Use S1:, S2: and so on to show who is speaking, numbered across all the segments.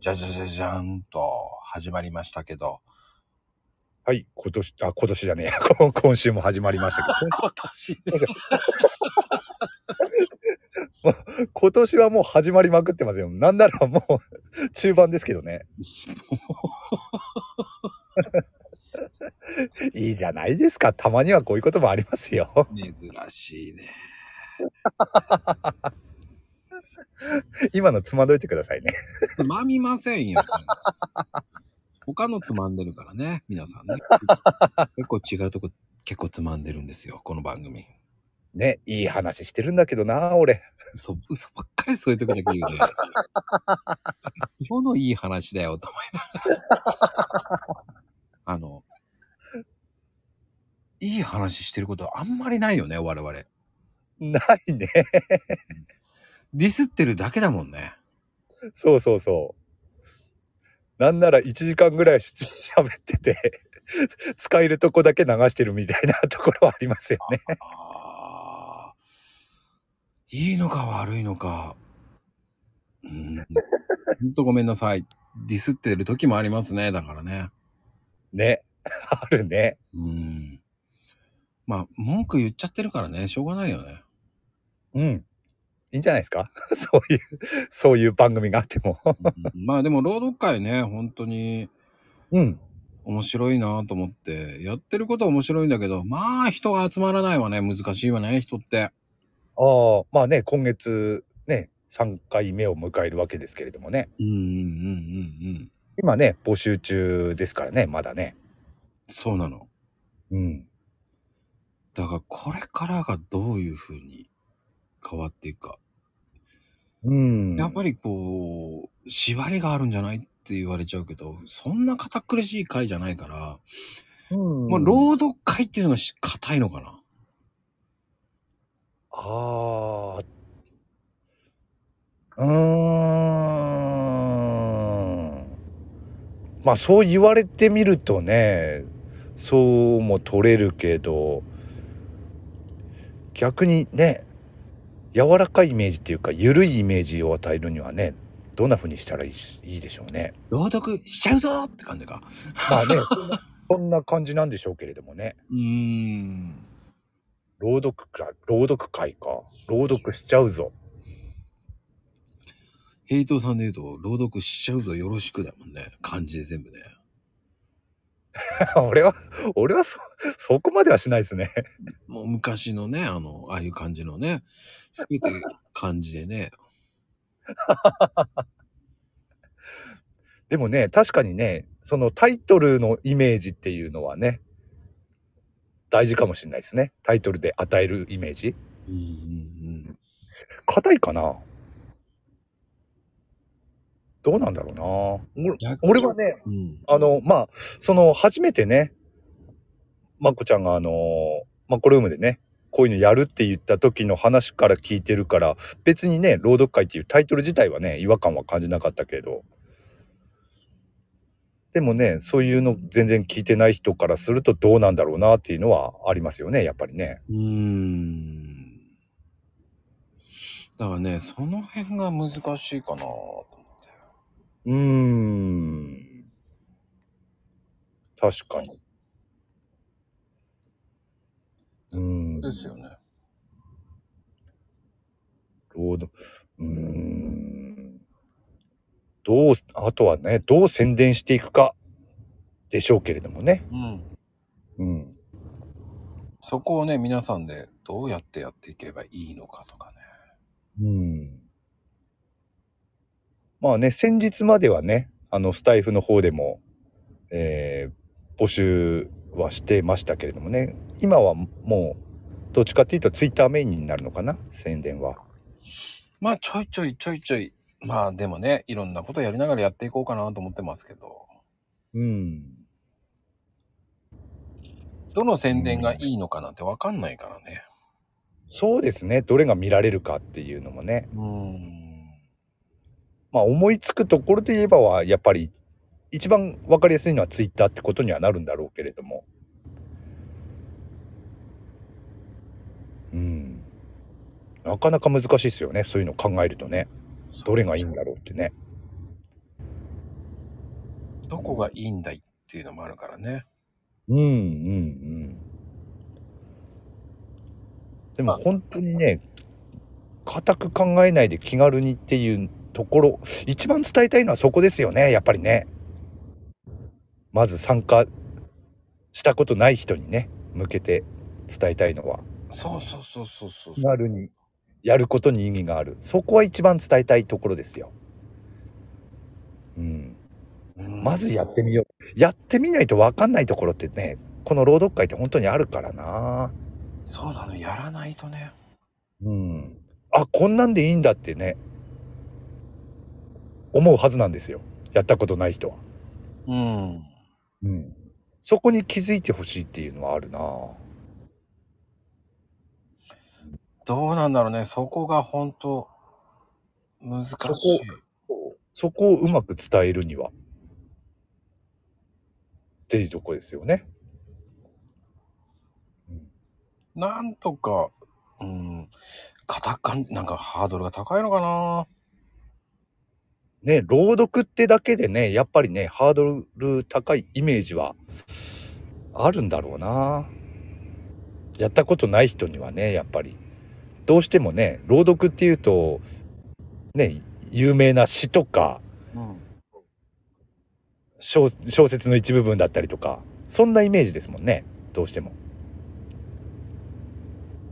S1: じゃじゃじゃじゃんと始まりましたけど、
S2: はい、今年、あ、今年じゃねえや、 こ今週も始まりましたけ
S1: 今年ね
S2: ど、 今年はもう始まりまくってますよ。なんならもう中盤ですけどね。いいじゃないですか。たまにはこういうこともありますよ。
S1: 珍しいね。
S2: 今のつまどいてくださいね。
S1: つまみませんよ。他のつまんでるからね、皆さんね。結構違うとこ結構つまんでるんですよ、この番組。
S2: ね、いい話してるんだけどな、俺。
S1: 嘘、嘘ばっかりそういうとこだけ言うね。今日のいい話だよ、と思いながら。あの、いい話してることあんまりないよね、我々。
S2: ないね。
S1: ディスってるだけだもんね。
S2: そうそうそう。なんなら1時間ぐらいし喋ってて、使えるとこだけ流してるみたいなところはありますよね。
S1: ああ。いいのか悪いのか。うん。ほんとごめんなさい。ディスってる時もありますね。だからね。
S2: ね。あるね。
S1: うん。まあ、文句言っちゃってるからね。しょうがないよね。
S2: うん。いいんじゃないですか そういう、そういう番組があっても。
S1: うんまあでも、朗読会ね、本当に
S2: うん。
S1: 面白いなと思って。やってることは面白いんだけど、まあ人が集まらないわね。難しいわね、人って。
S2: ああ、まあね、今月ね、3回目を迎えるわけですけれどもね。
S1: うんうんうんうんうん。
S2: 今ね、募集中ですからね、まだね。
S1: そうなの。
S2: うん。
S1: だからこれからがどういうふうに変わっていくか、
S2: うん。
S1: やっぱりこう縛りがあるんじゃないって言われちゃうけどそんな堅苦しい回じゃないから、
S2: うん、
S1: まあ朗読会っていうのがし硬いのかな
S2: ああ。うーん。まあそう言われてみるとね、そうも取れるけど、逆にね、柔らかいイメージっていうか、緩いイメージを与えるにはね、どんな風にしたらいいしいいでしょうね。
S1: 朗読しちゃうぞって感じか
S2: まあね、そんなそんな感じなんでしょうけれどもね。
S1: うーん
S2: 朗読か、朗読会か。朗読しちゃうぞ。
S1: 平等さんで言うと朗読しちゃうぞよろしくだもんね漢字で全部ね
S2: 俺は、俺はそ、そこまではしないですね。
S1: もう昔のねあのああいう感じのね全て漢字でね
S2: でもね、確かにね、そのタイトルのイメージっていうのはね、大事かもしれないですね。タイトルで与えるイメージ。
S1: うんうんうん
S2: 硬いかなどうなんだろうな
S1: 逆に
S2: 俺俺はね、
S1: うん
S2: あの、まあ、その、初めてね、まっこちゃんがあのマッコルームでね、こういうのやるって言った時の話から聞いてるから、別にね、朗読会っていうタイトル自体はね、違和感は感じなかったけど、でもね、そういうの全然聞いてない人からするとどうなんだろうなっていうのはありますよね、やっぱりね。
S1: うーん。だからね、その辺が難しいかなと思って。
S2: うーん。確かに。うーん。
S1: ですよね。
S2: どうど、うーん。どう、あとはね、どう宣伝していくかでしょうけれどもね。
S1: うん。
S2: うん。
S1: そこをね、皆さんでどうやってやっていけばいいのかとかね。
S2: うん。まあね、先日まではね、あの、スタイフの方でも、えー募集はしてましたけれどもね、今はもう、どっちかっていうとツイッターメインになるのかな、宣伝は。
S1: まあ、ちょいちょいちょいちょい。まあ、でもね、いろんなことやりながらやっていこうかなと思ってますけど、
S2: うん。
S1: どの宣伝がいいのかなんてわかんないからね。
S2: そうですね、どれが見られるかっていうのもね。
S1: うーん。
S2: まあ思いつくところで言えばはやっぱり一番わかりやすいのはツイッターってことにはなるんだろうけれども。うん。なかなか難しいですよね。そういうの考えるとね。どれがいいんだろうってね。
S1: どこがいいんだいっていうのもあるからね。
S2: うんうんうん。でも本当にね、固く考えないで気軽にっていうところ、一番伝えたいのはそこですよね、やっぱりね。まず参加したことない人にね、向けて伝えたいのは、
S1: そうそうそうそうそう。
S2: 気軽にやることに意義がある。そこは一番伝えたいところですよ。うん。
S1: うん
S2: まずやってみよう。やってみないと分かんないところってね、この朗読会って本当にあるからな。
S1: そうなの、やらないとね。
S2: うん。あ、こんなんでいいんだってね、思うはずなんですよ。やったことない人は。
S1: うん。
S2: うん。そこに気づいてほしいっていうのはあるな。
S1: どうなんだろうね。そこが本当難しい。
S2: そこそこをうまく伝えるには。っていうとこですよね。
S1: なんとか、うん。硬かん、なんかハードルが高いのかな。
S2: ね、朗読ってだけでね、やっぱりね、ハードル高いイメージはあるんだろうな。やったことない人にはね、やっぱり。どうしてもね、朗読っていうと、ね、有名な詩とか
S1: うん。
S2: 小小説の一部分だったりとか、そんなイメージですもんね、どうしても。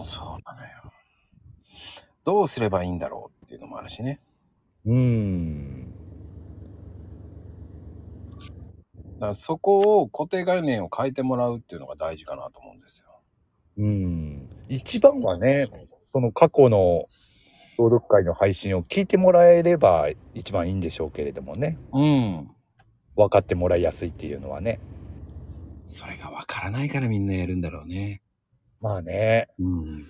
S1: そうなのよ。どうすればいいんだろうっていうのもあるしね。
S2: うーん。
S1: だからそこを固定概念を変えてもらうっていうのが大事かなと思うんですよ。
S2: うん。一番はね、その過去の朗読会の配信を聞いてもらえれば一番いいんでしょうけれどもね。
S1: うん。
S2: 分かってもらいやすいっていうのはね。
S1: それがわからないからみんなやるんだろうね。
S2: まあね。
S1: うん。
S2: うん。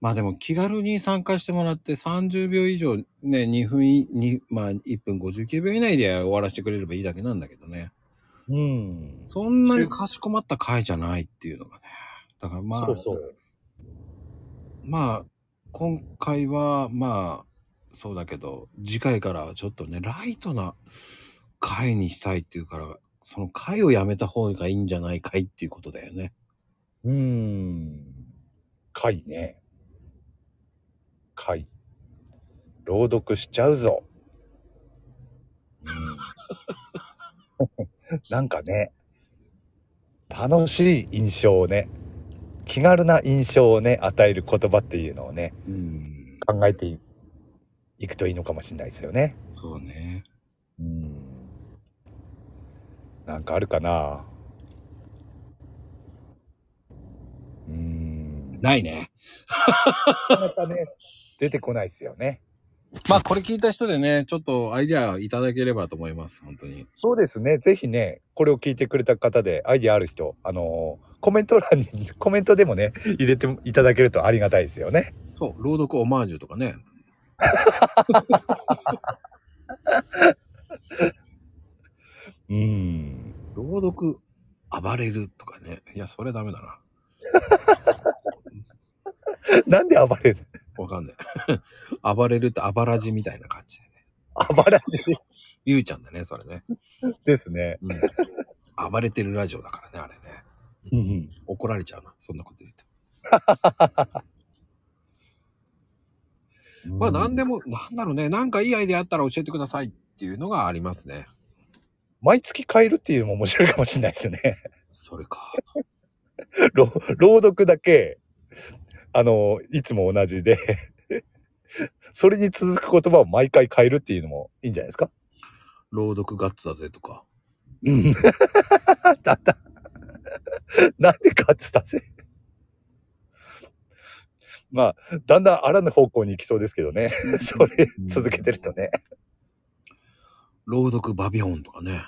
S1: まあでも気軽に参加してもらって30秒以上ね、2分い、にまあ1分59秒以内で終わらせてくれればいいだけなんだけどね。
S2: うん。
S1: そんなにかしこまった回じゃないっていうのがね。だからまあ、
S2: そうそう。
S1: まあ、今回はまあ、そうだけど、次回からはちょっとね、ライトな回にしたいっていうから、その回をやめた方がいいんじゃないかいっていうことだよね。
S2: うん。会ね。会。朗読しちゃうぞ。うん。 なんかね、楽しい印象をね、気軽な印象をね、与える言葉っていうのをね、
S1: うん。
S2: 考えていいくといいのかもしれないですよね。
S1: そうね。
S2: うんなんかあるかなうん。
S1: ないね。
S2: なかなかね、 出てこないですよね。
S1: まあこれ聞いた人でね、ちょっとアイディアいただければと思います、本当に。
S2: そうですね。ぜひね、これを聞いてくれた方で、アイディアある人、あのーコメント欄に、コメントでもね、入れていただけるとありがたいですよね。
S1: そう、朗読オマージュとかね。
S2: うん。
S1: 朗読暴れるとかね。いや、それダメだな。
S2: なんで暴れる
S1: わかんない。 暴れるって暴らじみたいな感じでね。
S2: 暴らしい
S1: ゆうちゃんだね、それね。
S2: ですね。
S1: うん。暴れてるラジオだからね、あれね。
S2: うん。
S1: 怒られちゃうな、そんなこと言って。まあ何で
S2: も。
S1: も、なんだろうね、なんかいいアイディアあったら教えてくださいっていうのがありますね。
S2: 毎月変えるっていうのも面白いかもしれないですよね。
S1: それか。
S2: 朗 朗読だけあのいつも同じで それに続く言葉を毎回変えるっていうのもいいんじゃないですか
S1: 朗読ガッツだぜとか。
S2: だだなんでガッツだぜ まあだんだんあらぬ方向に行きそうですけどね それ続けてるとね、
S1: 朗読バビョンとかね。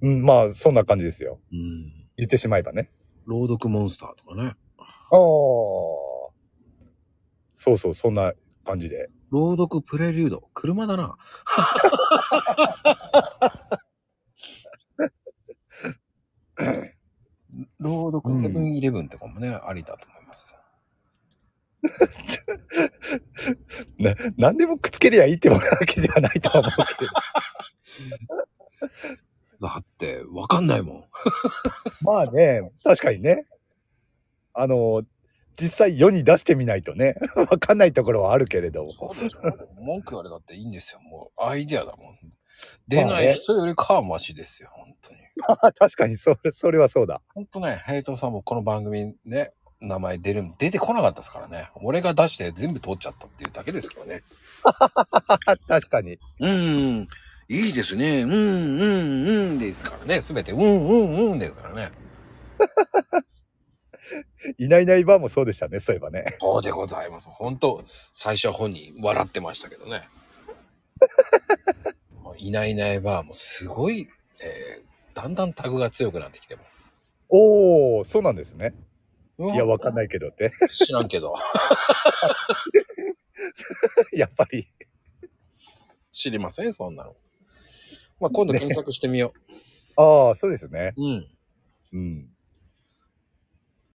S2: うん、まあそんな感じですよ
S1: うん。
S2: 言ってしまえばね
S1: 朗読モンスターとかね。
S2: ああそうそうそんな感じで
S1: 朗読プレリュード。車だな。朗読セブンイレブンとかもね、ありだと思います。
S2: な何でもくっつけりゃいいってわけではないとは思うけど
S1: わかんないもん。
S2: まあね、確かにね。あの、実際世に出してみないとね、 わかんないところはあるけれども。
S1: そうですよ。文句言われたっていいんですよ。もうアイデアだもん。出ない人よりかはマシですよ。本当に。
S2: あ確かに、それ、それはそうだ。
S1: 本当ね、平等さんもこの番組ね、名前出る、出てこなかったですからね。俺が出して全部通っちゃったっていうだけですからね。
S2: 確かに。
S1: うん、いいですね。うん、うん、うんですからね。すべて、うん、うん、うんですからね。
S2: いないいないばあもそうでしたね、そういえばね。
S1: そうでございます。本当最初は本人笑ってましたけどね。 もういないいないばあもすごい、えーだんだんタグが強くなってきてます。
S2: おー、そうなんですね。
S1: い
S2: いや、わかん
S1: い。
S2: ないけどって。
S1: 知らんけど。
S2: やっぱり。
S1: 知りません、そんなの。まあ、今度検索してみよ
S2: ああ、そうですね。
S1: う。うん。
S2: うん。